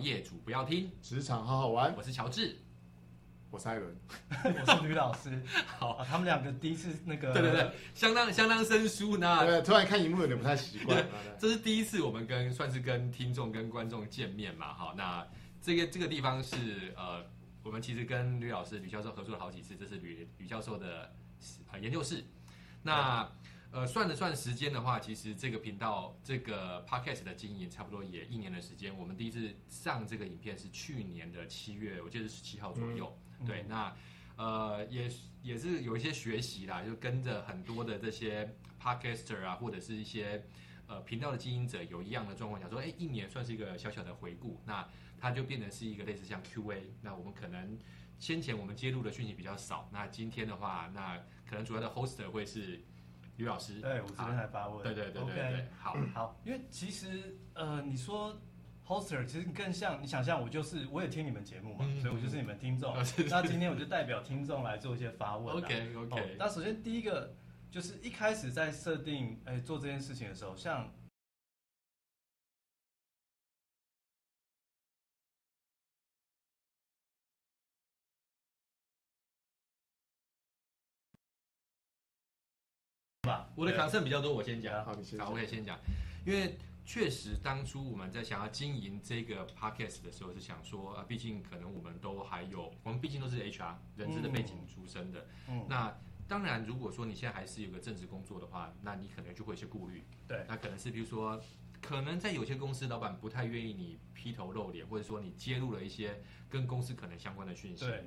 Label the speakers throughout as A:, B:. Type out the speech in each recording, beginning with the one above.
A: 业主不要听。
B: 职场好好玩，
A: 我是乔治，
B: 我是艾伦，
C: 我是吕老师。
A: 好
C: 啊，他们两个第一次那个，
A: 对对对，相当相当生疏
C: 啊
A: 呢。
B: 对，突然看荧幕有点不太习惯。啊对
A: 这是第一次我们跟算是跟听众跟观众见面嘛，好，那这个这个地方是呃，我们其实跟吕老师吕教授合作了好几次，这是吕吕教授的呃研究室。那呃算了算时间的话，其实这个频道这个 podcast 的经营差不多也一年的时间。我们第一次上这个影片是去年的七月，我记得是十七号左右。
C: 嗯
A: 对，那呃也是也是有一些学习啦，就跟着很多的这些 podcaster 啊，或者是一些呃频道的经营者有一样的状况，想说，哎，一年算是一个小小的回顾，那它就变成是一个类似像 Q&A，那我们可能。先前我们接入的讯息比较少，那今天的话，那可能主要的 hoster 会是于老师。
C: 哎对，我这边
A: 好
C: 来发问。
A: 对对对对
C: 呃 OK
A: 对，好，
C: 好，因为其实呃，你说 hoster 其实更像你想象，我就是我也听你们节目嘛，
A: 嗯
C: 所以我就是你们 听众
A: 嗯。
C: 那今天我就代表听众来做一些发问、啊。
A: OK
C: 哦
A: OK，
C: 那首先第一个就是一开始在设定哎做这件事情的时候，像吧，
A: 我的
C: 对
A: concern 比较多，我先讲。
B: 好，你先
A: 好，
B: 讲
A: 我可以先讲，因为确实当初我们在想要经营这个 podcast 的时候，是想说啊，毕竟可能我们都还有，我们毕竟都是 HR 人资的背景出身的。
C: 嗯
A: 那当然，如果说你现在还是有个正职工作的话，那你可能就会有一些顾虑。
C: 对，
A: 那可能是比如说，可能在有些公司老板不太愿意你劈头露脸，或者说你揭露了一些跟公司可能相关的讯息。
C: 对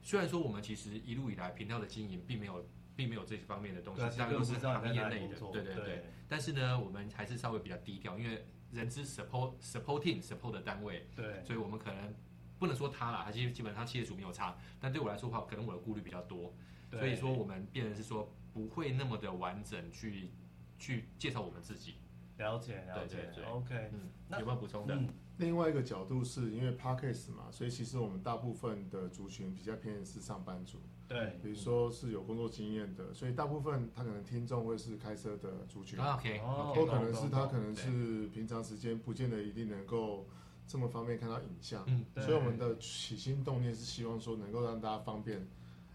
A: 虽然说我们其实一路以来频道的经营并没有并没有这方面的东西
C: 对，，其实
A: 大概
C: 根
A: 都
C: 本
A: 是
C: 不知道
A: 行
C: 你在
A: 业
C: 哪里
A: 内
C: 工
A: 的，
C: 作。
A: 对对对。但是呢，我们还是稍微比较低调，因为人资 support supporting support 的单位，
C: 对
A: 所以我们可能不能说他啦，他其实基本上企业主没有差，但对我来说的话，可能我的顾虑比较多，
C: 对
A: 所以说我们变成是说不会那么的完整去去介绍我们自己，
C: 了解了
A: 对
C: 解
A: 对对
C: ，OK，
A: 嗯，
C: 那
A: 有没有补充的？
C: 嗯
B: 另外一个角度是因为 podcast 嘛，所以其实我们大部分的族群比较偏是上班族，
C: 对
B: 比如说是有工作经验的，所以大部分他可能听众会是开车的族群，
A: 啊 OK，
C: 哦
B: 或
A: OK，
B: 可能是他
C: 懂懂懂
B: 可能是平常时间不见得一定能够这么方便看到影像，
A: 嗯，
C: 对
B: 所以我们的起心动念是希望说能够让大家方便，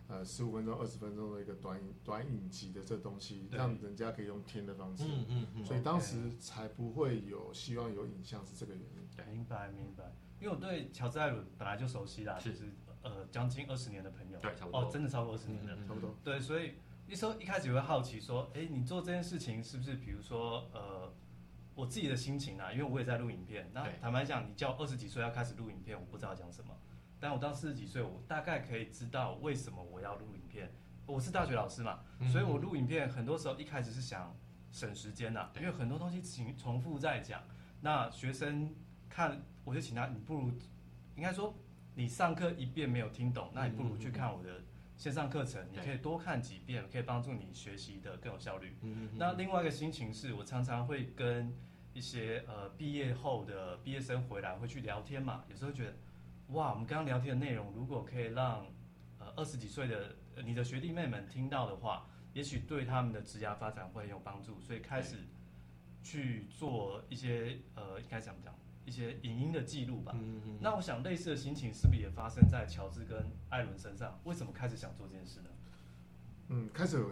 B: 呃，十五分钟、二十分钟的一个短影短影集的这东西，
C: 对
B: 让人家可以用听的方式，
A: 嗯嗯嗯，
B: 所以当时才不会有希望有影像是这个原因。
A: 对
C: 明白明白，因为我对乔治艾伦本来就熟悉啦，
A: 是
C: 就是呃将近二十年的朋友，
A: 对差不多
C: 哦，真的超过二十年了，
A: 嗯
B: 差不多。
C: 对，所以那时候一开始也会好奇说，哎，你做这件事情是不是比如说呃我自己的心情啊，因为我也在录影片，那
A: 对
C: 坦白讲，你叫二十几岁要开始录影片，我不知道讲什么，但我到四十几岁，我大概可以知道为什么我要录影片，我是大学老师嘛，
A: 嗯
C: 所以我录影片很多时候一开始是想省时间呐、啊
A: 对
C: 因为很多东西重重复在讲。那学生看，我就请他，你不如应该说你上课一遍没有听懂，那
A: 嗯
C: 你不如去看我的线上课程，你
A: 对
C: 可以多看几遍，可以帮助你学习的更有效率。
A: 嗯嗯，
C: 那另外一个心情是我常常会跟一些呃毕业后的毕业生回来会去聊天嘛，有时候觉得哇，我们刚刚聊天的内容如果可以让呃二十几岁的、呃你的学弟妹们听到的话，也许对他们的职涯发展会很有帮助，所以开始去做一些呃应该怎么讲一些影音的记录吧。
A: 嗯嗯
C: 那我想类似的心情是不是也发生在乔治跟艾伦身上？为什么开始想做这件事呢？
B: 嗯，开始有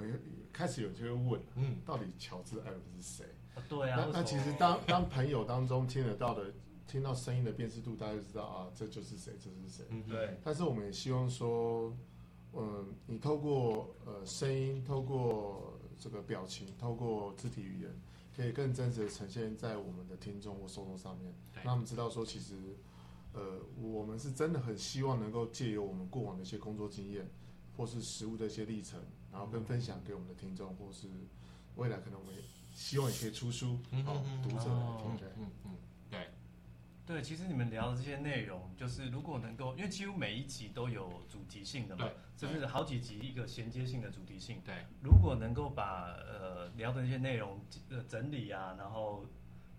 B: 开始有就会问，啊
A: 嗯，哎
B: 到底乔治·艾伦是谁？
C: 啊对啊，
B: 那
C: 为什
B: 那
C: 么
B: 其实当当朋友当中听得到的，听到声音的辨识度，大家就知道啊，这就是谁，这是谁。
A: 嗯
C: 对
B: 但是我们也希望说，嗯，你透过呃声音，透过这个表情，透过肢体语言，可以更真实的呈现在我们的听众或受众上面，
A: 对
B: 让他们知道说，其实呃我们是真的很希望能够借由我们过往的一些工作经验，或是实务的一些历程，然后跟分享给我们的听众，或是未来可能我们也希望也可以出书，
A: 嗯
B: 哦
A: 嗯嗯，
B: 读者来听
A: 嗯
B: 对。
A: 嗯嗯，对，
C: 对，其实你们聊的这些内容，就是如果能够，因为几乎每一集都有主题性的嘛
A: 对，
C: 甚至好几集一个衔接性的主题性。
A: 对，
C: 如果能够把呃聊的那些内容呃整理啊，然后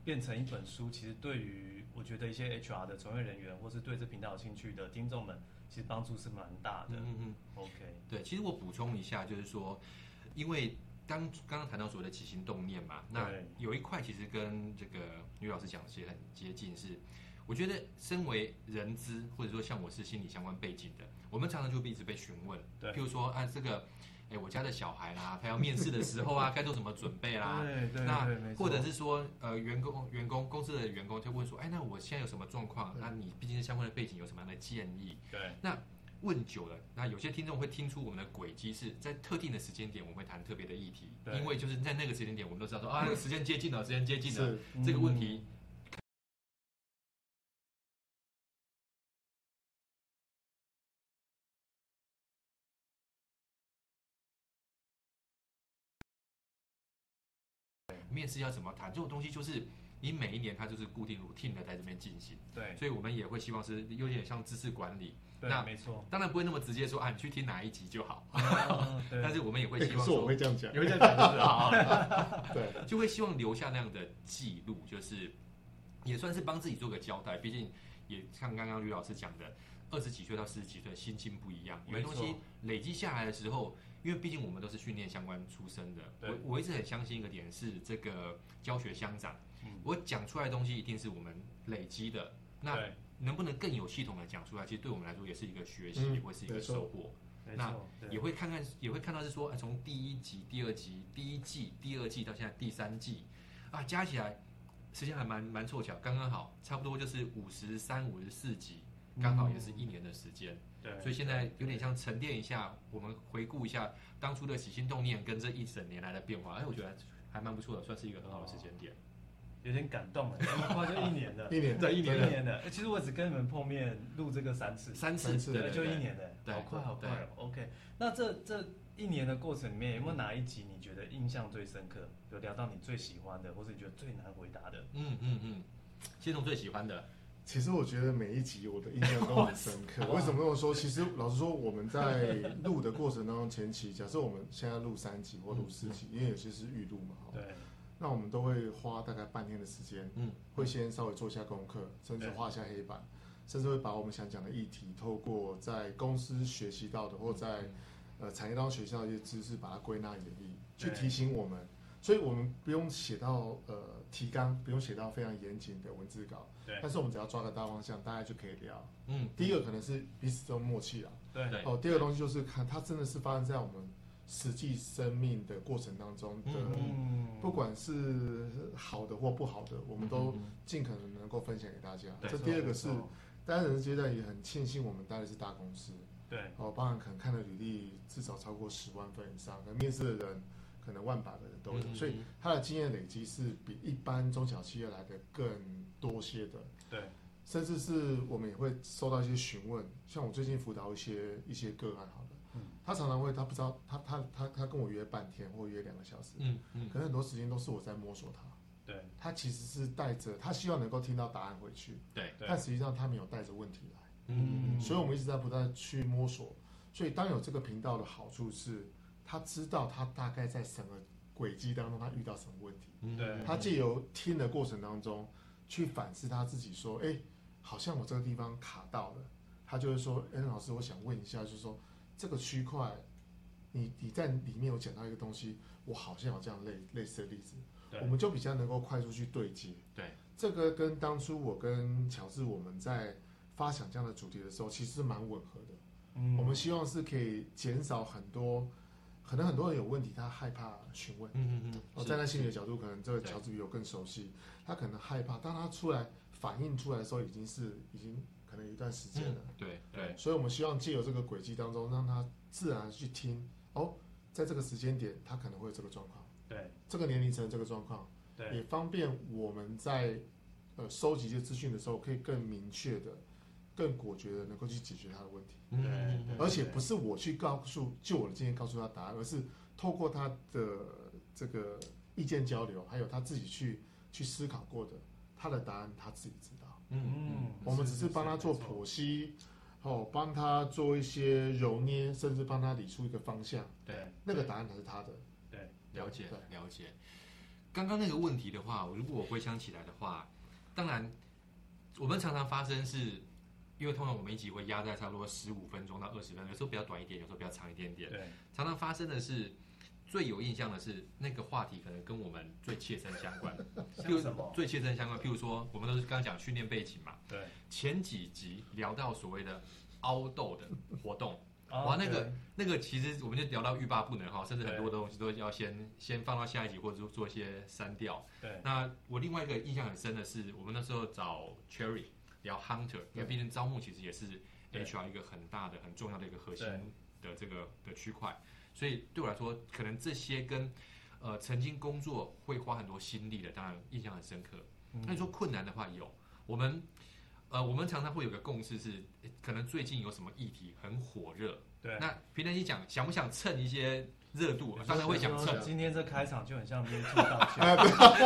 C: 变成一本书，其实对于我觉得一些 HR 的从业人员，或是对这频道有兴趣的听众们，其实帮助是蛮大的。
A: 嗯嗯。
C: OK，
A: 对，其实我补充一下，就是说，因为刚刚刚谈到所谓的起心动念嘛，那
C: 对
A: 有一块其实跟这个女老师讲的其实很接近是，我觉得身为人资，或者说像我是心理相关背景的，我们常常就会一直被询问，
C: 对
A: 譬如说啊这个，哎我家的小孩 啦，他要面试的时候啊，该做什么准备啦，
C: 对对
A: 那
C: 对，没错，
A: 或者是说，呃，员工员工公司的员工就问说，哎，那我现在有什么状况？
B: 对
A: 那你毕竟是相关的背景，有什么样的建议？
C: 对
A: 问久了，那有些听众会听出我们的轨迹是在特定的时间点，我们会谈特别的议题，
C: 对
A: 因为就是在那个时间点，我们都知道说啊，那个时间接近了，时间接近了，
B: 是
A: 这个问
B: 嗯
A: 题面试要怎么谈？这种东西就是你每一年它就是固定 routine 的在这边进行，
C: 嗯对
A: 所以我们也会希望是有点像知识管理，那
C: 对，没错，
A: 当然不会那么直接说啊，你去听哪一集就好，
C: 嗯对
A: 但是我们也会
B: 哎
A: 希
B: 可
A: 望
B: 是我
A: 说，
B: 会这样讲，
C: 有一点感觉是吧，
A: 好，
B: 对，
A: 就会希望留下那样的记录，就是也算是帮自己做个交代。毕竟也像刚刚吕老师讲的，二十几岁到四十几岁心境不一样，有些
C: 没错
A: 东西累积下来的时候，因为毕竟我们都是训练相关出身的，
C: 对
A: 我我一直很相信一个点是这个教学相长，
C: 嗯
A: 我讲出来的东西一定是我们累积的。那
C: 对
A: 能不能更有系统的讲出来，其实对我们来说也是一个学习，
B: 嗯
A: 也会是一个
B: 没错，
A: 收获。
C: 没
A: 那
C: 错，对
A: 也会看看，也会看到是说，呃从第一集、第二集、第一季、第二季到现在第三季，啊，加起来时间还蛮蛮凑巧，刚刚好，差不多就是五十三、五十四集，刚好也是一年的时间，
C: 对，
A: 所以现在有点像沉淀一下，我们回顾一下当初的起心动念跟这一整年来的变化，哎，我觉得还蛮不错的，算是一个很好的时间点。
C: 有点感 动了，这么快就一年了
B: 一年
A: 对一
C: 一
A: 年了
C: 年哎了。其实我只跟你们碰面录这个三次，
A: 三次，
B: 三次
A: 对，对
C: 就一。
A: 对
C: 年了，
A: 对
C: 好快好快哦。OK，那这这一年的过程里面，有没有哪一集你觉得印象最深刻？有聊到你最喜欢的，或者你觉得最难回答的？
A: 嗯嗯嗯，先从最喜欢的，
B: 其实我觉得每一集我的印象都很深刻。为什么这么说？其实老实说，我们在录的过程当中，前期假设我们现在录三集或录四集，因为有些是预录嘛，
A: 哦
B: 哈，
C: 对，
B: 那我们都会花大概半天的时间，
A: 嗯，
B: 会先稍微做一下功课，甚至
C: 对
B: 画一下黑板，甚至会把我们想讲的议题，透过在公司学习到的或在呃产业当中学习到的一些知识，把它归纳演绎，去
C: 对
B: 提醒我们。所以我们不用写到呃提纲，不用写到非常严谨的文字稿，
C: 对
B: 但是我们只要抓个大方向，大家就可以聊。
A: 嗯，
B: 第一个可能是彼此都默契啊，
C: 对
A: 对
B: 哦，第二个东西就是看它真的是发生在我们实际生命的过程当中的，
A: 嗯
C: 嗯
B: 不管是好的或不好的，我们都
A: 嗯
B: 尽可能能够分享给大家。
A: 对
B: 这第二个是
C: 没错
B: 单人阶段也很庆幸我们待的是大公司，
C: 对
B: 哦，包含可能看的履历至少超过十万份以上，可能面试的人可能万把个人都有，
A: 嗯
B: 所以
A: 嗯
B: 他的经验累积是比一般中小企业来的更多些的。
C: 对
B: 甚至是我们也会收到一些询问，像我最近辅导一些一些个案好了，
C: 嗯
B: 他常常会他不知道他他他他跟我约半天或约两个小时，
A: 嗯嗯
B: 可能很多时间都是我在摸索他，
C: 对
B: 他其实是带着他希望能够听到答案回去，
A: 对，
C: 对
B: 但实际上他没有带着问题来，
A: 嗯
C: 嗯
B: 所以我们一直在不断地去摸索，所以当有这个频道的好处是，他知道他大概在什么轨迹当中他遇到什么问题。
A: 嗯
C: 对
B: 他借由听的过程当中去反思他自己，说：“哎、好像我这个地方卡到了。”他就会说：“哎、老师，我想问一下，就是说这个区块，你你在里面有讲到一个东西，我好像有这样类类似的例子，
C: 对
B: 我们就比较能够快速去对接。
A: 对，
B: 这个跟当初我跟乔治我们在发想这样的主题的时候，其实是蛮吻合的。
C: 嗯
B: 我们希望是可以减少很多，可能很多人有问题，他害怕询问。”
A: 嗯嗯嗯，
B: 哦，
A: 是
B: 站在心理的
A: 是
B: 角度，可能这个
A: 对
B: 乔治比我更熟悉，他可能害怕，当他出来反应出来的时候，已经是已经可能有一段时间了。
A: 嗯对对，
B: 所以我们希望借由这个轨迹当中，让他自然地去听哦，在这个时间点，他可能会有这个状况，
C: 对
B: 这个年龄层这个状况，
C: 对
B: 也方便我们在呃收集这资讯的时候，可以更明确的、更果决的能够去解决他的问题。
A: 嗯嗯嗯
B: 而且不是我去告诉，就我的经验告诉他答案，而是透过他的这个意见交流，还有他自己去去思考过的，他的答案他自己知道。
A: 嗯
C: 嗯，
B: 我们只是帮他做
C: 没错
B: 剖析，哦，帮他做一些揉捏，甚至帮他理出一个方向。
A: 对，
B: 那个答案才是他的。
C: 对
A: 了解
B: 对
A: 了解。刚刚那个问题的话，如果我回想起来的话，当然我们常常发生是。因为通常我们一集会压在差不多十五分钟到二十分钟，有时候比较短一点，有时候比较长一点点。
C: 对
A: 常常发生的是，最有印象的是那个话题，可能跟我们最切身相关。
C: 像什么？
A: 最切身相关，譬如说，我们都是刚刚讲训练背景嘛，
C: 对，
A: 前几集聊到所谓的凹豆的活动，
C: 啊
A: 哇，那个那个其实我们就聊到欲罢不能哈，甚至很多东西都要先先放到下一集，或者说做一些删掉。
C: 哦对对
A: 那我另外一个印象很深的是，我们那时候找 Cherry 聊 Hunter，因为
B: 对
A: 毕竟招募其实也是
C: 嗯对
A: HR 一个很大的、很重要的一个核心
C: 对
A: 的这个的区块，所以对我来说，可能这些跟呃曾经工作会花很多心力的，当然印象很深刻。
C: 嗯
A: 那你说困难的话，有我们呃，我们常常会有个共识是，诶可能最近有什么议题很火热，
C: 对。
A: 那平常心讲，想不想蹭一些热度？当然会想蹭
C: 说，今天这开场就很像 Me Too 道歉，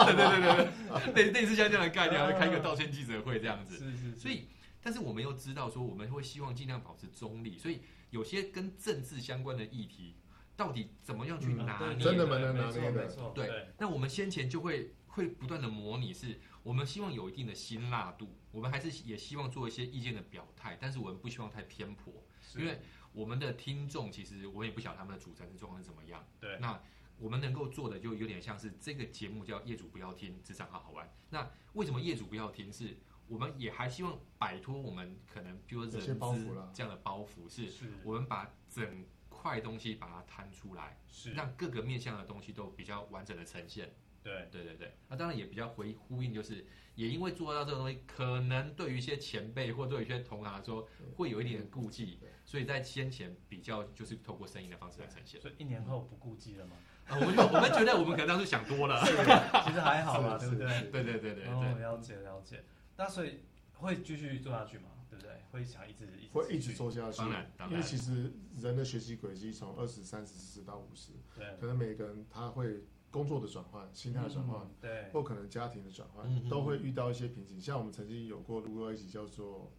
A: 对对对对对，类类似像这样的概念，然后开一个道歉记者会这样子。
C: 是是是，
A: 所以，但是我们又知道说，我们会希望尽量保持中立，所以有些跟政治相关的议题，到底怎么样去
B: 嗯
A: 拿
C: 对
A: 捏？
C: 对
B: 真的
C: 对
B: 蛮难拿
C: 没错
B: 捏的
C: 没错，
A: 对那我们先前就会会不断的模拟是，我们希望有一定的辛辣度，我们还是也希望做一些意见的表态，但是我们不希望太偏颇，
C: 是
A: 因为我们的听众其实我也不晓得他们的主战的状况是怎么样。
C: 对
A: 那我们能够做的就有点像是这个节目叫“业主不要听，职场好好玩”。那为什么业主不要听？是我们也还希望摆脱我们可能比如说
B: 有些
A: 人
B: 包
A: 资
B: 袱啦
A: 这样的包袱，是
C: 是
A: 我们把整块东西把它摊出来，
C: 是，
A: 让各个面向的东西都比较完整的呈现。
C: 对
A: 对对对，那当然也比较回呼应，就是也因为做到这个东西，可能对于一些前辈或对于一些同行来说，会有一点顾忌
B: 对，
A: 所以在先前比较就是透过声音的方式来呈现。
C: 所以一年后不顾忌 了嘛，
A: 啊，我们就我们觉得我们可能当时想多了。
C: 其实还好嘛，
B: 是
C: 对不对？
B: 是
A: 对对对对
C: 哦，
A: 对，
C: 了解了解。那所以会继续做下去嘛？对不对？会想一直一直
B: 会一直
C: 继续
B: 做下去
A: 当。然当
B: 因为
A: 然，
B: 其实人的学习轨迹从二十、三十、四十到五十，
C: 对
B: 可能每个人他会工作的转换、心态的转换，
C: 嗯对
B: 或可能家庭的转换，
A: 嗯嗯嗯
B: 都会遇到一些瓶颈。像我们曾经有过录过一集叫做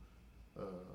B: 呃，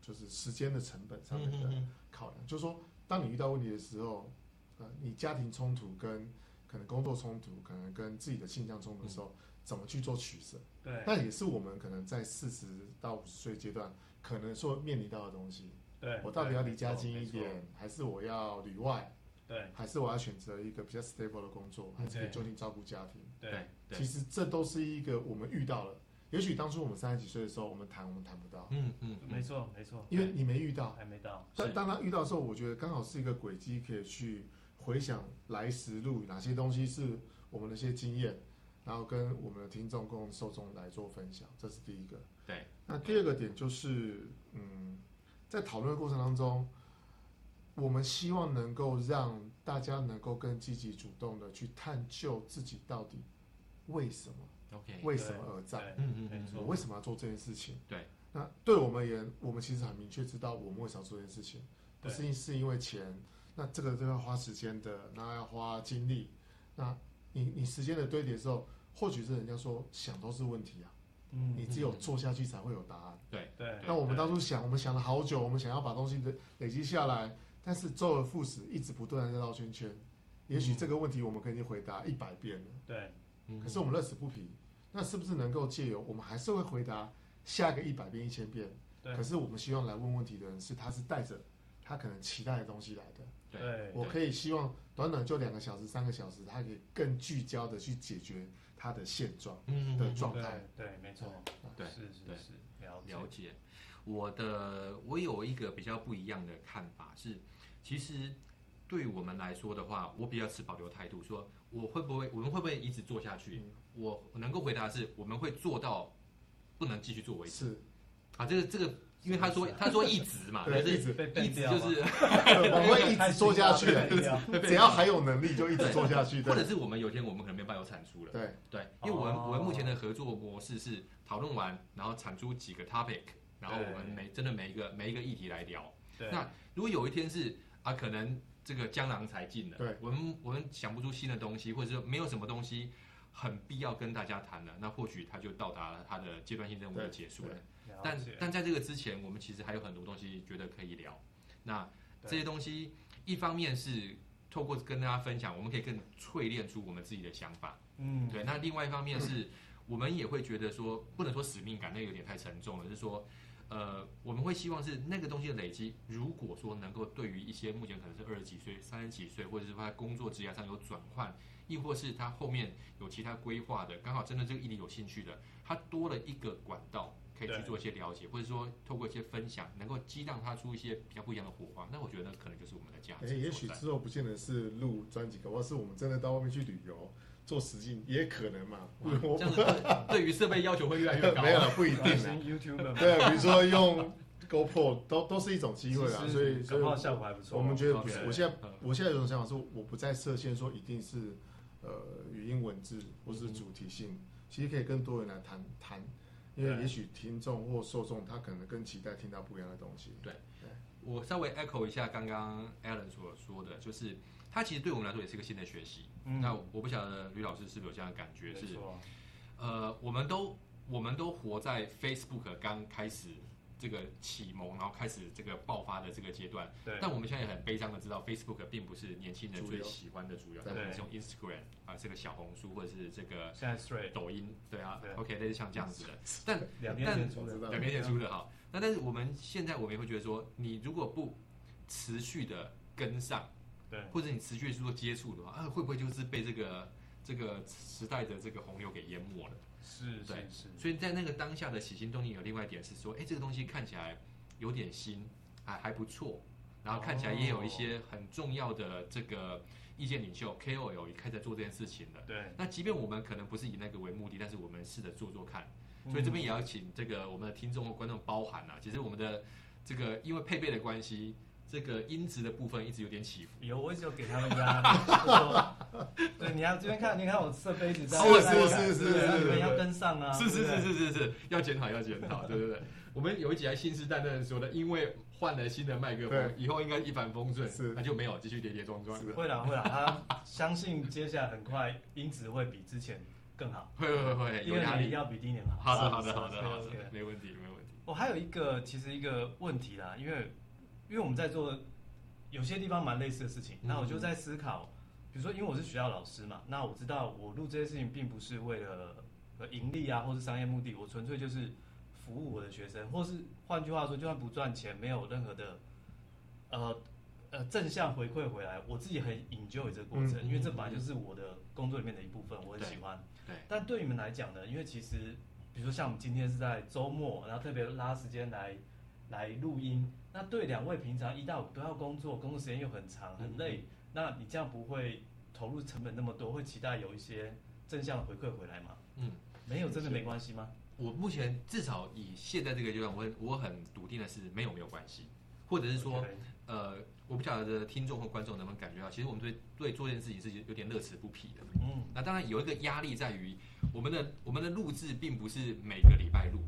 B: 就是时间的成本上面的
A: 嗯
B: 考量，就是说，当你遇到问题的时候，呃，你家庭冲突跟可能工作冲突，可能跟自己的倾向冲突的时候，
A: 嗯
B: 怎么去做取舍？
C: 对
B: 那也是我们可能在四十到五十岁阶段可能说面临到的东西。
C: 对，
B: 我到底要离家近
C: 没
B: 一
C: 错
B: 点，还是我要里外，
C: 对
B: 还是我要选择一个比较 stable 的工作，还是可以
C: 嗯对
B: 就近照顾家庭？
C: 对
A: 对
B: 其实这都是一个我们遇到了。也许当初我们三十几岁的时候，我们谈我们谈不到，
A: 嗯嗯，
C: 没错没错，
B: 因为你没遇到。
C: 还没到，
A: 是
B: 但当他遇到的时候，我觉得刚好是一个轨迹，可以去回想来时路，哪些东西是我们的一些经验，然后跟我们的听众、跟受众来做分享，这是第一个。
A: 对。
B: 那第二个点就是，嗯，在讨论的过程当中，我们希望能够让大家能够更积极主动的去探究自己到底为什么、
A: ，OK，
B: 为什么而战。
C: 对
A: 嗯嗯嗯
C: 没
B: 我
C: 错，
B: 为什么要做这件事情？
A: 对，
B: 那对我们而言，我们其实很明确知道我们为啥做这件事情，不
C: 对
B: 是因是因为钱，那这个都要花时间的，那要花精力，那你你时间的堆叠之后，或许是人家说想都是问题啊，
C: 嗯
B: 你只有做下去才会有答案。
C: 对，
B: 那我们
C: 对
B: 当初想，我们想了好久，我们想要把东西累累积下来，但是周而复始，一直不断的在绕圈圈。也
C: 嗯
B: 许这个问题我们可以已经回答一百遍了。
C: 对
A: 嗯
B: 可是我们乐此不疲，那是不是能够借由我们还是会回答下个一百遍、一千遍？
C: 对
B: 可是我们希望来问问题的人是他是带着他可能期待的东西来的。
A: 对，
B: 我可以希望短短就两个小时、三个小时，他可以更聚焦的去解决他的现状
A: 嗯
B: 的状态。
C: 对对，没错，
A: 对
C: 是是
A: 对
C: 是，了解
A: 了解。我的我有一个比较不一样的看法是，其实对我们来说的话，我比较持保留态度，说我会不会我们会不会一直做下去？我能够回答的是，我们会做到不能继续做为止
B: 是，
A: 啊。这个这个，因为他说他说一直嘛，
B: 对，
A: 就
B: 一
A: 是
B: 直，
C: 被
A: 一
C: 变
A: 直
C: 掉
A: 就
C: 吗
A: 是，
B: 我们会一直做下去的，
C: 被
B: 就是
C: 变掉
B: 只要还有能力就一直做下去。
A: 或者
B: 对，
A: 是我们有一天我们可能没办法有产出了。
B: 对，
A: 对，因为我们、
C: 哦
A: 我们目前的合作模式是讨论完，然后产出几个 topic，然后我们
C: 对
A: 每真的每一个每一个议题来聊。
C: 对
A: 那如果有一天是啊，可能这个江郎才尽了，
B: 对，
A: 我们我们想不出新的东西，或者说没有什么东西很必要跟大家谈了，那或许他就到达了他的阶段性任务的
B: 对
A: 结束了。
C: 了
A: 但
C: 解
A: 但在这个之前，我们其实还有很多东西觉得可以聊。那
C: 对
A: 这些东西，一方面是透过跟大家分享，我们可以更淬炼出我们自己的想法。
C: 嗯
A: 对，那另外一方面是，我们也会觉得说，不能说使命感，那有点太沉重了。就是说，呃，我们们会希望是那个东西的累积，如果说能够对于一些目前可能是二十几岁、三十几岁，或者是他在工作职涯上有转换，亦或是他后面有其他规划的，刚好真的这个议题有兴趣的，他多了一个管道可以去
C: 对
A: 做一些了解，或者说透过一些分享，能够激荡他出一些比较不一样的火花。那我觉得可能就是我们的价值所
B: 哎、
A: 在。
B: 也许之后不见得是录专辑，搞不好是我们真的到外面去旅游做实境，也可能嘛。
A: 哇
B: 我
A: 这样子对对于设备要求会越来
C: 啊
A: 越高。
B: 没有了，不一
C: 一
B: 定啦。
C: YouTuber 嘛，
B: 对，比如说用 GoPro 都都是一种机会啊，
C: 其实
B: 所以所
C: 搞
B: 以
C: 不好效果还不错。
B: 我们觉得不是
A: OK，
B: 我现在
A: 嗯
B: 我现在有种想法是，我不再设限说一定是呃语音文字或是主题性，其实可以跟多人来谈谈，因为
C: 嗯对
B: 也许听众或受众他可能更期待听到不一样的东西。
A: 我稍微 echo 一下刚刚 Alan 所说的，就是他其实对我们来说也是一个新的学习。
C: 嗯
A: 那我不晓得吕老师是不是有这样的感觉？
C: 没
A: 是
C: 错
A: 呃，我们都我们都活在 Facebook 刚开始这个启蒙，然后开始这个爆发的这个阶段。
C: 对
A: 但我们现在也很悲伤的知道，Facebook 并不是年轻人
B: 主
A: 最
B: 流
A: 喜欢的主流，
B: 对
A: 但我们是用 Instagram 啊、这个小红书或者是这个
C: 现在 straight
A: 抖音，对啊
C: 对
A: ，OK，类似像这样子 的。但
C: 两边
A: 但
C: 前出
B: 我
C: 的
B: 知，道
A: 两边演出的哈。那但是我们现在我们也会觉得说，你如果不持续的跟上，
C: 对
A: 或者你持续地去做接触的话，啊，会不会就是被这个这个时代的这个洪流给淹没了？
C: 是
A: 对
C: 是是，
A: 所以在那个当下的起心动念，有另外一点是说，哎，这个东西看起来有点新，还还不错，然后看起来也有一些很重要的这个意见领袖 KOL 也开始在做这件事情了。
C: 对，
A: 那即便我们可能不是以那个为目的，但是我们试着做做看。所
B: 嗯
A: 以这边也要请这个我们的听众或观众包含啊，其实我们的这个因为配备的关系，这个音质的部分一直有点起伏。
C: 有我一直有给他们压力，就是说对，你要这边看，你看我设备一直在，
B: 是
C: 在改
B: 是是
C: 对不对
B: 是
C: 然后你
B: 是
C: 们要跟上啊，
A: 是是
C: 对不
A: 是
C: 对，
A: 是是是，要检讨要检讨，对对对。我们有一集还信誓旦旦的说的，因为换了新的麦克风
B: 对，
A: 以后应该一帆风顺，
B: 是
A: 那就没有继续跌跌撞撞。
B: 是
C: 会啦会啦，他相信接下来很快音质会比之前更好，
A: 会会会，
C: 因
A: 有
C: 为
A: 压
C: 你
A: 力。
C: 一定要比第一年好。
A: 好的好
C: 是
A: 的好的好的
C: OK，OK，
A: 没问题没问题。
C: 哦我还有一个其实一个问题啦，因为因为我们在做有些地方蛮类似的事情，
A: 嗯
C: 那我就在思考，比如说因为我是学校老师嘛，那我知道我录这些事情并不是为了呃盈利啊或是商业目的，我纯粹就是服务我的学生，或是换句话说，就算不赚钱，没有任何的呃呃正向回馈回来，我自己很 enjoy 这个过程，
A: 嗯
C: 因为这本来就是我的工作里面的一部分，我很
A: 对
C: 喜欢。
A: 对，
C: 但对你们来讲呢，因为其实，比如说像我们今天是在周末，然后特别拉时间来来录音，那对两位平常一到五都要工作，工作时间又很长，
A: 嗯
C: 很累，那你这样不会投入成本那么多，会期待有一些正向的回馈回来吗？
A: 嗯，
C: 没有，真的没关系吗？
A: 我目前至少以现在这个阶段，我很我很笃定的是没有没有关系，或者是说
C: OK，
A: 呃，我不晓得听众或观众能不能感觉到，其实我们对对做这件事情是有点乐此不疲的。
C: 嗯，
A: 那当然有一个压力在于我们的我们的录制并不是每个礼拜录，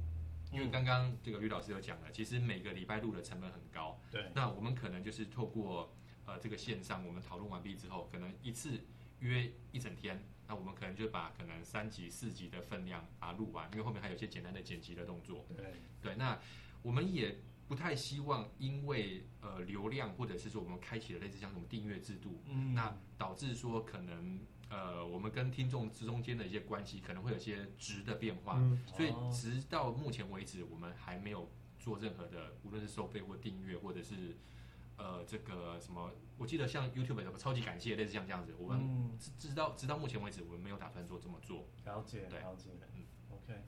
A: 因为
C: 嗯
A: 刚刚这个吕老师有讲了，其实每个礼拜录的成本很高。
C: 对，
A: 那我们可能就是透过呃这个线上，我们讨论完毕之后，可能一次约一整天，那我们可能就把可能三集四集的分量把它录完，因为后面还有一些简单的剪辑的动作。
C: 对，
A: 对，那我们也不太希望因为呃流量或者是说我们开启了类似像什么订阅制度，
C: 嗯，
A: 那导致说可能呃我们跟听众之中间的一些关系可能会有一些值的变化，
B: 嗯，
A: 所以
C: 哦
A: 直到目前为止，我们还没有做任何的，无论是收费或订阅，或者是呃这个什么，我记得像 YouTube 有什么超级感谢类似像这样子，我们
C: 嗯，
A: 直直到直到目前为止，我们没有打算做这么做。
C: 了解，
A: 对
C: 了解，
A: 嗯
C: 嗯，OK，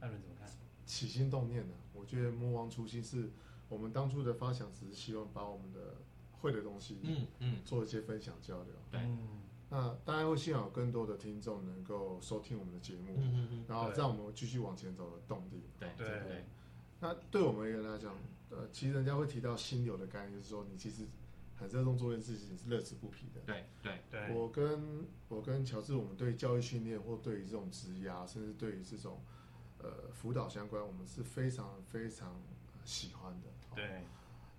C: 艾伦怎么看？
B: 起心动念呢、我觉得莫忘初心是我们当初的发想，只是希望把我们的会的东西
A: 嗯嗯，
B: 做一些分享交流。
A: 对
C: 嗯
B: 那当然会希望有更多的听众能够收听我们的节目，
A: 嗯嗯嗯，
B: 然后
C: 对
B: 让我们继续往前走的动力。
A: 对
C: 对
A: 对
B: 那对我们而言来讲，呃，其实人家会提到心流的概念，就是说你其实很热衷做一件事情，是乐此不疲的。
A: 对对，
C: 对，
B: 我跟我跟乔治，我们对教育训练或对于这种职涯，甚至对于这种呃辅导相关，我们是非常非常呃喜欢的。
C: 对，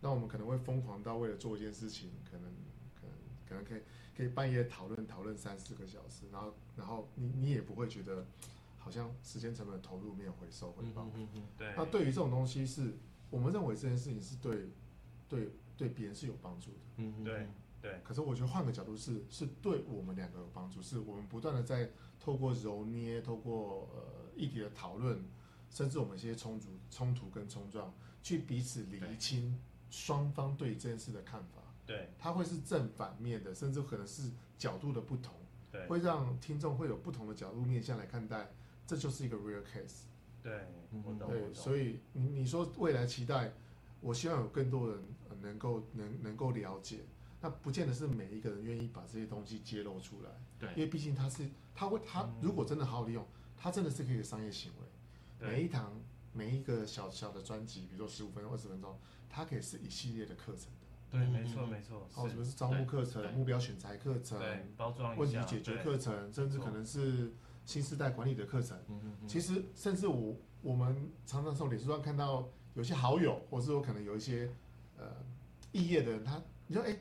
B: 那我们可能会疯狂到为了做一件事情，可能可能可能可以可以半夜讨论讨论三四个小时，然后然后你你也不会觉得好像时间成本投入没有回收回
A: 嗯
B: 报。
A: 嗯嗯嗯，
C: 对，
B: 那啊对于这种东西是，我们认为这件事情是对对对别人是有帮助的。
A: 嗯嗯
C: 对对，
B: 可是我觉得换个角度是，是对我们两个有帮助，是我们不断的在透过揉捏，透过呃议题的讨论，甚至我们一些冲突、冲突跟冲撞，去彼此厘清双方对这件事的看法。
C: 对
B: 它会是正反面的，甚至可能是角度的不同，
C: 对
B: 会让听众会有不同的角度面向来看待，这就是一个 real case。
C: 对，
A: 嗯
C: 我懂我
B: 对，
C: 懂。
B: 所以你你说未来期待，我希望有更多人呃能够能能够了解，那不见得是每一个人愿意把这些东西揭露出来，因
A: 对，
B: 为毕竟它是它会它
C: 嗯
B: 如果真的好好利用，它真的是可以有商业行为。
C: 对
B: 每一堂每一个小小的专辑，比如说十五分钟、二十分钟，它可以是一系列的课程的，
C: 对，没
A: 嗯
C: 错
A: 嗯嗯
C: 没错，
B: 哦，什
C: 是
B: 么是招募课
A: 对
B: 程、目标选材课程、
C: 对，包装
B: 问
C: 一
B: 题
C: 下，
B: 解决
C: 对
B: 课程，甚至
C: 没错
B: 可能是新时代管理的课程。
A: 嗯嗯嗯
B: 其实，甚至我我们常常从脸书上看到有些好友，或者说可能有一些呃异业的人，他你说哎、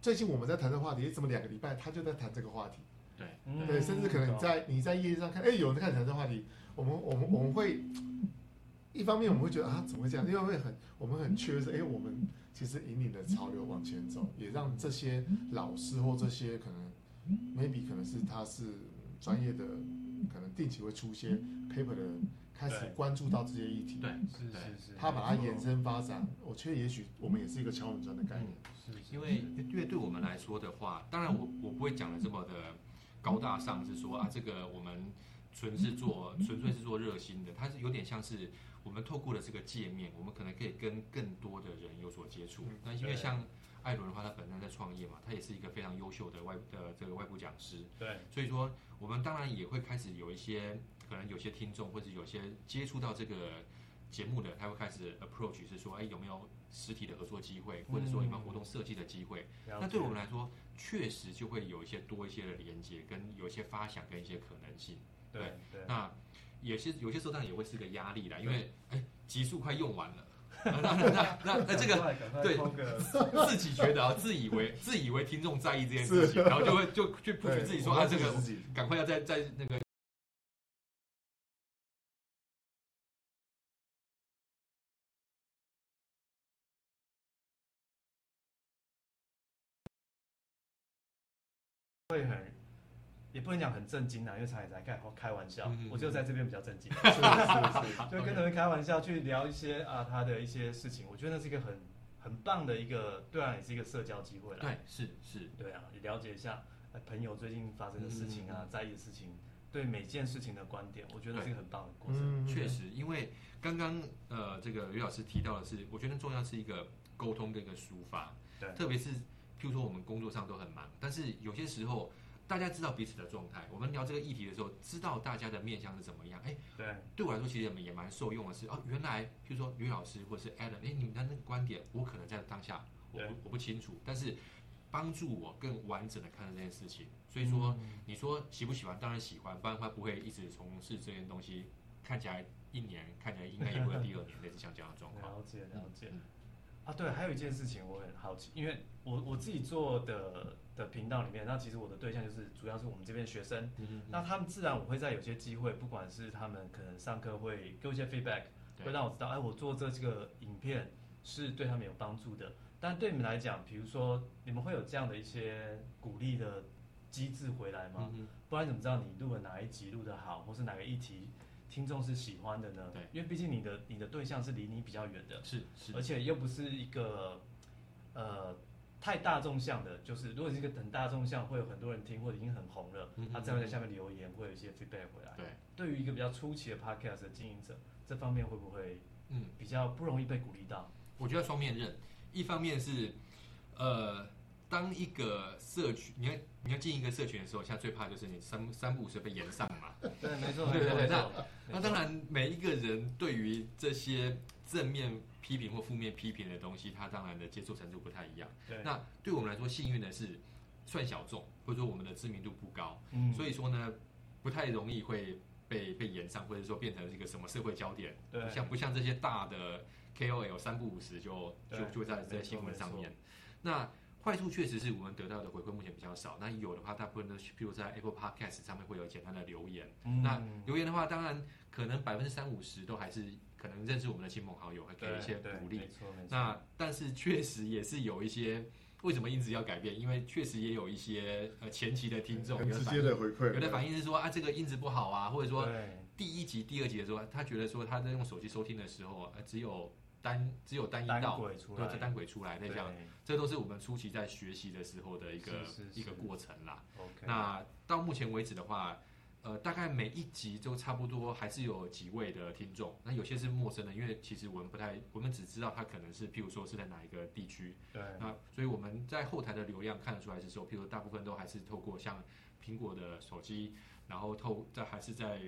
B: 最近我们在谈这个话题，怎么两个礼拜他就在谈这个话题？
A: 对
C: 嗯
B: 对，甚至可能你
C: 懂
B: 在你在业界上看，哎、有人在开始谈这个话题，我们我们我们会一方面我们会觉得啊怎么会这样，另外会很我们很缺是哎、我们其实引领了潮流往前走，也让这些老师或这些可能 maybe 可能是他是专业的，可能定期会出一些 paper 的人开始
C: 对
B: 关注到这些议题，
A: 对，
C: 是
A: 对
C: 是是，
B: 他把它
C: 没错
B: 延伸发展，我觉得也许我们也是一个敲门砖的概念，
C: 是是
A: 因为因为对我们来说的话，当然我我不会讲的这么的高大上，是说啊，这个我们纯是做纯粹是做热心的，它是有点像是我们透过了这个界面，我们可能可以跟更多的人有所接触
B: 嗯。
A: 那因为
C: 对
A: 像艾伦的话，他本身在创业嘛，他也是一个非常优秀的外呃这个外部讲师，
C: 对
A: 所以说，我们当然也会开始有一些可能有些听众或者有些接触到这个节目的，他会开始 approach 是说，哎，有没有实体的合作机会，或者说有没有活动设计的机会？
C: 嗯了
A: 那对
C: 解
A: 我们来说，确实就会有一些多一些的连接，跟有一些发想跟一些可能性。
C: 对对
A: 那也是有些时候当然也会是个压力啦，因为哎，集数快用完了， 那那那那这个
C: 赶快赶快
A: 对
C: 抛个
A: 自己觉得啊， 自以为自以为听众在意这件事情，然后就会就去 p u
B: 对，
A: 自己说
B: 我
A: 啊，
B: 们要
A: 这个
B: 支持自己
A: 赶快要在在那个。
C: 会很，也不能讲很震惊啊，因为常也在开开玩笑
A: 嗯嗯嗯，
C: 我只有在这边比较震惊，
B: 是是是，
C: 就跟他们开玩笑去聊一些啊他的一些事情，我觉得那是一个很很棒的一个，对啊，也是一个社交机会啦。
A: 对，是是，
C: 对啊，也了解一下呃朋友最近发生的事情啊，在意的事情，对每件事情的观点，我觉
A: 嗯
C: 得
A: 对
C: 是一个很棒的过程。
B: 嗯，
A: 确实，因为刚刚呃，这个吕老师提到的是，我觉得重要是一个沟通跟一个抒发，
C: 对
A: 特别是譬如说我们工作上都很忙，但是有些时候大家知道彼此的状态，我们聊这个议题的时候，知道大家的面向是怎么样，哎，
C: 对
A: 对我来说其实也蛮也蛮受用的是，哦，原来譬如说吕老师或是 Adam，哎，你们的那个观点，我可能在当下我
C: 对
A: 不我不清楚，但是帮助我更完整的看待这件事情，所以说。
C: 嗯
A: 你说喜不喜欢？当然喜欢，不然的话不会一直从事这件东西。看起来一年，看起来应该也不会第二年 类似像这样的状况。
C: 了解了解
A: 嗯。
C: 啊，对，还有一件事情我很好奇，因为我我自己做的的频道里面，那其实我的对象就是主要是我们这边的学生，
A: 嗯
C: 那他们自然我会在有些机会，不管是他们可能上课会给我一些 feedback，
A: 嗯对
C: 会让我知道，哎，我做这这个影片是对他们有帮助的。但对你们来讲，比如说你们会有这样的一些鼓励的机制回来吗？
A: 嗯
C: 不然怎么知道你录了哪一集录得好，或是哪个议题听众是喜欢的呢？
A: 对，
C: 因为毕竟你的你的对象是离你比较远的，
A: 哼，嗯是是，
C: 而且又不是一个呃太大众向的，就是如果是一个很大众向，会有很多人听或者已经很红了，
A: 嗯
C: 哦他
A: 嗯
C: 自然会在下面留言，会有一些 feedback 回来。
A: 对，
C: 对于一个比较初期的 podcast 的经营者，这方面会不会
A: 嗯，
C: 比较不容易被鼓励到？
A: 我觉得双面刃，一方面是，呃，当一个社群，你要你要进一个社群的时候，现在最怕就是你三三不五时被延上嘛。
C: 对，没错，
A: 对对对
C: 没错
A: 那
C: 没
A: 那
C: 错
A: 当然，每一个人对于这些正面批评或负面批评的东西，他当然的接受程度不太一样。
C: 对，
A: 那对我们来说，幸运的是算小众，或者说我们的知名度不高，
C: 嗯，
A: 所以说呢，不太容易会被被延上，或者说变成一个什么社会焦点，
C: 对
A: 不像不像这些大的 KOL 三不五时就就
C: 对
A: 就会在
C: 没错
A: 在新闻上面。那坏处确实是我们得到的回馈目前比较少，那有的话，大部分都是譬如在 Apple Podcast 上面会有简单的留言。
C: 嗯
A: 那留言的话，当然可能百分之三五十都还是可能认识我们的亲朋好友，还给
C: 对
A: 一些
C: 对
A: 鼓励
C: 没。错没错，
A: 那但是确实也是有一些，为什么一直要改变？因为确实也有一些呃前期的听众
B: 很
A: 有的
B: 直
A: 反
B: 接
A: 应，
B: 的回馈，
A: 有的反应是说啊这个音质不好啊，或者说
C: 对
A: 第一集、第二集的时候，他觉得说他在用手机收听的时候，呃只有单只有单一
C: 单
A: 道，
C: 轨出
A: 对，
C: 来，
A: 这单轨出来再这样，
C: 对
A: 这都是我们初期在学习的时候的一个
C: 是是是
A: 一个过程啦。
C: ，OK，
A: 那到目前为止的话，呃，大概每一集都差不多还是有几位的听众，那有些是陌生的，因为其实我们不太，我们只知道他可能是，譬如说是在哪一个地区，
C: 对
A: 那所以我们在后台的流量看得出来是说，譬如大部分都还是透过像苹果的手机，然后透在还是在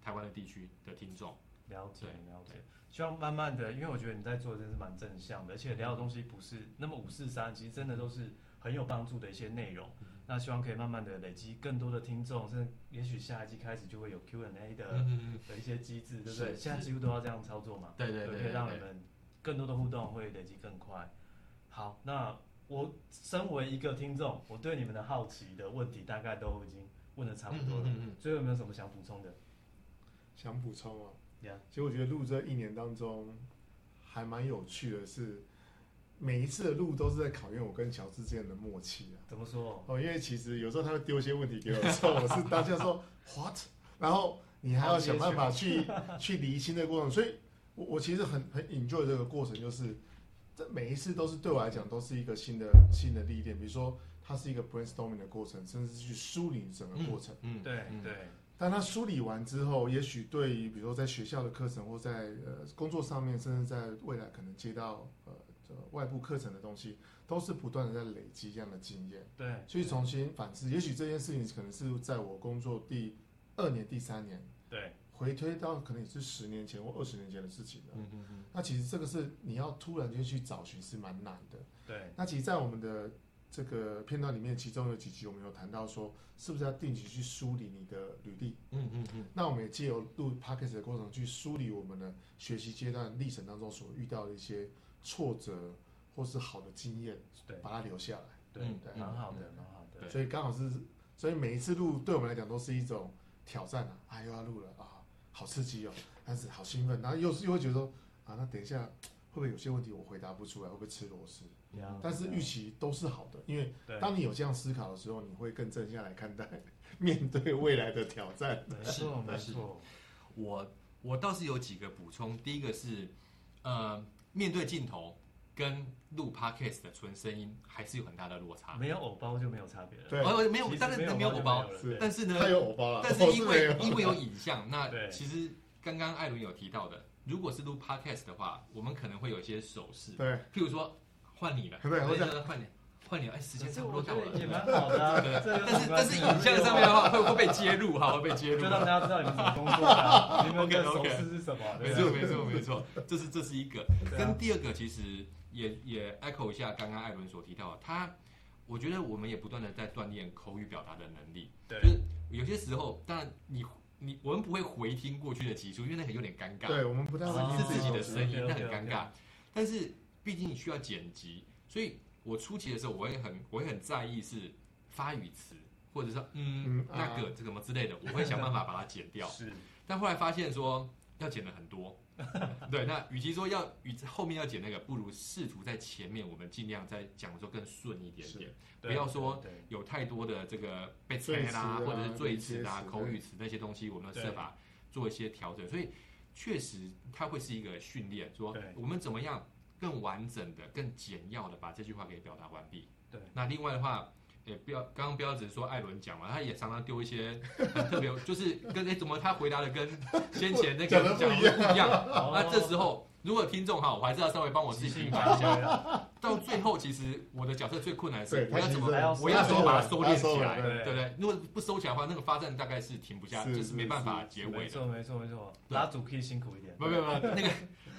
A: 台湾的地区的听众，
C: 了解
A: 对
C: 了解，希望慢慢的，因为我觉得你在做的真是蛮正向的，而且聊的东西不是那么五四三，其实真的都是很有帮助的一些内容。
A: 嗯
C: 那希望可以慢慢的累积更多的听众，甚至也许下一季开始就会有 Q&A 的
A: 嗯，
C: 的一些机制，对不对？
A: 是
C: 现在
A: 是
C: 几乎都要这样操作嘛，
A: 对对对
C: 可以
A: 对
C: 让
A: 对
C: 你们更多的互动会累积更快。好，那我身为一个听众，我对你们的好奇的问题大概都已经问的差不多了，
A: 嗯嗯嗯嗯
C: 最后有没有什么想补充的？
B: 想补充啊，
C: 呀、
B: 其实我觉得录这一年当中还蛮有趣的是，每一次的录都是在考验我跟乔治之间的默契啊。
C: 怎么说？
B: 哦，因为其实有时候他会丢一些问题给我，之 后我是当下说 what，然后哦你还要想办法去 去厘清的过程，所以我我其实很很 enjoy 这个过程，就是这每一次都是对我来讲都是一个新的新的历练，比如说它是一个 brainstorming 的过程，甚至是去梳理整个过程。
A: 嗯，
C: 对
A: 嗯
C: 对，
B: 当他梳理完之后，也许对于比如说在学校的课程，或在呃工作上面，甚至在未来可能接到呃这外部课程的东西，都是不断的在累积这样的经验，
C: 对，
B: 去重新反思。也许这件事情可能是在我工作第二年、第三年，
C: 对
B: 回推到可能也是十年前或二十年前的事情了。
A: 嗯嗯嗯，
B: 那其实这个是你要突然间去找寻是蛮难的。
C: 对
B: 那其实，在我们的这个片段里面，其中有几集我们有谈到说，是不是要定期去梳理你的履历？
A: 嗯嗯嗯，
B: 那我们也借由录 podcast 的过程去梳理我们的学习阶段历程当中所遇到的一些挫折或是好的经验，
C: 对
B: 把它留下来。
C: 对
A: 嗯，
B: 对
C: 蛮好的，
B: 嗯
C: 蛮好的。
A: 对
B: 所以刚好是，所以每一次录对我们来讲都是一种挑战啊！啊，又要录了啊，好刺激哦，但是好兴奋，然后又是又会觉得说啊，那等一下会不会有些问题我回答不出来，会不会吃螺丝？
C: 了
A: 嗯
C: 解
B: 啊但是预期都是好的，因为
C: 嗯对，
B: 当你有这样思考的时候，你会更正向来看待 面对未来的挑战。
C: 没
A: 是
C: 错没
A: 是
C: 错，
A: 我我倒是有几个补充，第一个是，呃，面对镜头跟录 podcast 的纯声音还是有很大的落差，
C: 没有偶包就没有差别了。
B: 对
A: 哦，啊没
C: 其实
A: 有，当然
C: 没
A: 没有
C: 偶
A: 偶
C: 包
A: 包
C: 就没有了，
B: 是
C: 对
A: 但是呢，
B: 他有偶包了，哦
A: 但
B: 我
A: 是因
B: 没
A: 为
B: 有
A: 因为有影像，那
C: 对
A: 其实刚刚艾伦有提到的，如果是录 podcast 的话，我们可能会有一些手势，
B: 对
A: 譬如说换你了，
B: 对我想
A: 者换你，换你了，哎，时间
C: 可是
A: 差不多
C: 我觉
A: 到了
C: 得也。蛮好的啊。
A: 对
C: 这有什
A: 但
C: 么
A: 是
C: 关
A: 但
C: 系
A: 是
C: 啊
A: 影像上面的话会会被揭露哈，会被揭
C: 就
A: 露。
C: 让大家知道你们怎么工作 的啊，你们的手
A: OK，OK
C: 势是什么，啊
A: 没
C: 对
A: 错
C: 不
A: 没错没错，这是这是一个。
C: 对啊
A: 跟第二个其实也也 echo 一下刚刚艾伦所提到的，他我觉得我们也不断的在锻炼口语表达的能力。
C: 对
A: 就是有些时候，当然你你我们不会回听过去的集数，因为那很有点尴尬，
B: 对，我们不太会
C: 哦
B: 听
A: 是自己的声音，
C: OK，OK，OK
A: 那很尴尬。但是毕竟你需要剪辑，所以我初期的时候，我会很我会很在意是发语词，或者是嗯
B: 嗯
A: 那
C: 啊
A: 个这个什么之类的，我会想办法把它剪掉。
C: 是，
A: 但后来发现说要剪的很多， 对，那与其说要与后面要剪那个，不如试图在前面我们尽量在讲的时候更顺一点点，不要说
C: 对
A: 有太多的这个被猜啦、
B: 赘词啊
A: 或者是赘词啊
B: 连接、词
A: 口语词那些东西，我们要设法做一些调整，所以确实它会是一个训练，说
C: 对
A: 我们怎么样更完整的、更简要的把这句话给表达完毕。
C: 对
A: 那另外的话，也不要刚刚不要只是说艾伦讲嘛，他也常常丢一些呃很特别，就是跟哎、怎么他回答的跟先前那个
B: 讲得不一
A: 的不一样。
C: 哦
A: 啊那这时候如果听众哈，我还是要稍微帮我自
C: 即
A: 己
C: 兴
A: 平反
C: 发
A: 一下。
C: 挥了，
A: 到最后，其实我的角色最困难的
B: 对
A: 是我要怎么
C: 他其实
A: 我要怎么把它收敛起
B: 他收
A: 来，
B: 了
A: 对不对？如果不收起来的话，那个发展大概是停不下，
B: 是
A: 就是没办法结
C: 没
A: 尾的。
C: 错没错没错，
A: 对
C: 拉主 key 辛苦一点，
A: 没有没有没有，那个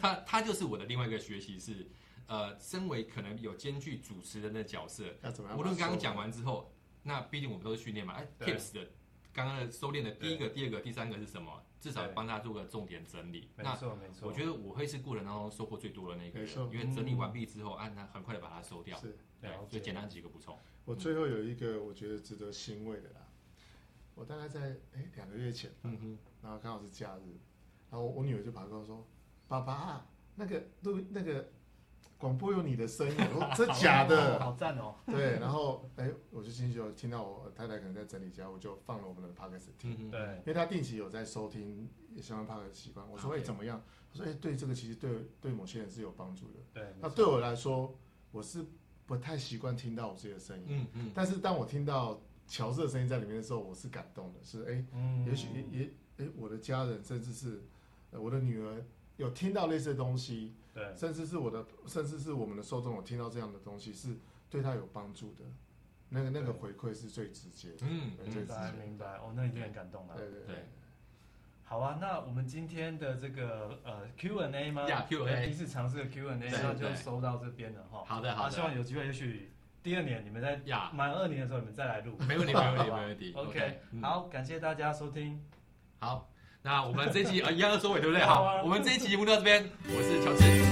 A: 他他就是我的另外一个学习是，呃，身为可能有兼具主持人的角色，
B: 要怎么样把它收？
A: 无论刚刚讲完之后，那毕竟我们都是训练嘛，哎
C: 对
A: ，tips 的刚刚的收敛的第一个、第二个、第三个是什么？至少
C: 对
A: 帮大家做个重点整理。
C: 没
A: 那
C: 错没错，
A: 我觉得我会是过程当中收获最多的那个
B: 没错
A: 人，因为整理完毕之后，按那很快的把它收掉。
B: 是
A: 对
C: 了，
A: 所
C: 解
A: 以简单几个补充。
B: 我最后有一个我觉得值得欣慰的啦，我大概在哎两个月前，
A: 嗯哼，
B: 然后刚好是啊假日，然后我女儿就跑过来说：“爸爸，那个录那个广播有你的声音，我说真假的？
C: 好赞哦！
B: 对，然后哎，我就进去就听到我太太可能在整理家务，就放了我们的 podcast 听，
A: 嗯
C: 对，
B: 因为她定期有在收听相关 podcast 习惯。我说
A: OK
B: 哎怎么样？她说哎对这个其实对对某些人是有帮助的。
C: 对，没
B: 那
C: 错
B: 对我来说，我是不太习惯听到我自己的声音，
A: 嗯嗯，
B: 但是当我听到乔治的声音在里面的时候，我是感动的，是哎，
C: 嗯
B: 也许也也哎我的家人甚至是呃我的女儿有听到类似的东西，
C: 对，
B: 甚至是我的，甚至是我们的受众有听到这样的东西，是对他有帮助的，那个那个回馈是最直接的。
A: 嗯
B: 对
A: 嗯
B: 这
C: 明
B: 是
C: 白明白，哦，那一定很感动啊。
B: 对对
A: 对
C: 好啊，那我们今天的这个呃 Q&A 吗
A: Yeah，Q&A
C: 对第一次尝试的 Q&A，
A: 对
C: 那就
A: 对
C: 收到这边了哈。
A: 好的好
C: 啊，希望
A: 的
C: 有机会，也许第二年你们在
A: 呀，
C: 满二年的时候，你们再来录。
A: 没问题没问题
C: 好吧
A: 没问题
C: OK，
A: 嗯
C: 好，感谢大家收听，
A: 好，那我们这一集呃一样要收尾对不对？
C: 好
A: 好
C: 啊，
A: 我们这一期节目到这边，我是乔治。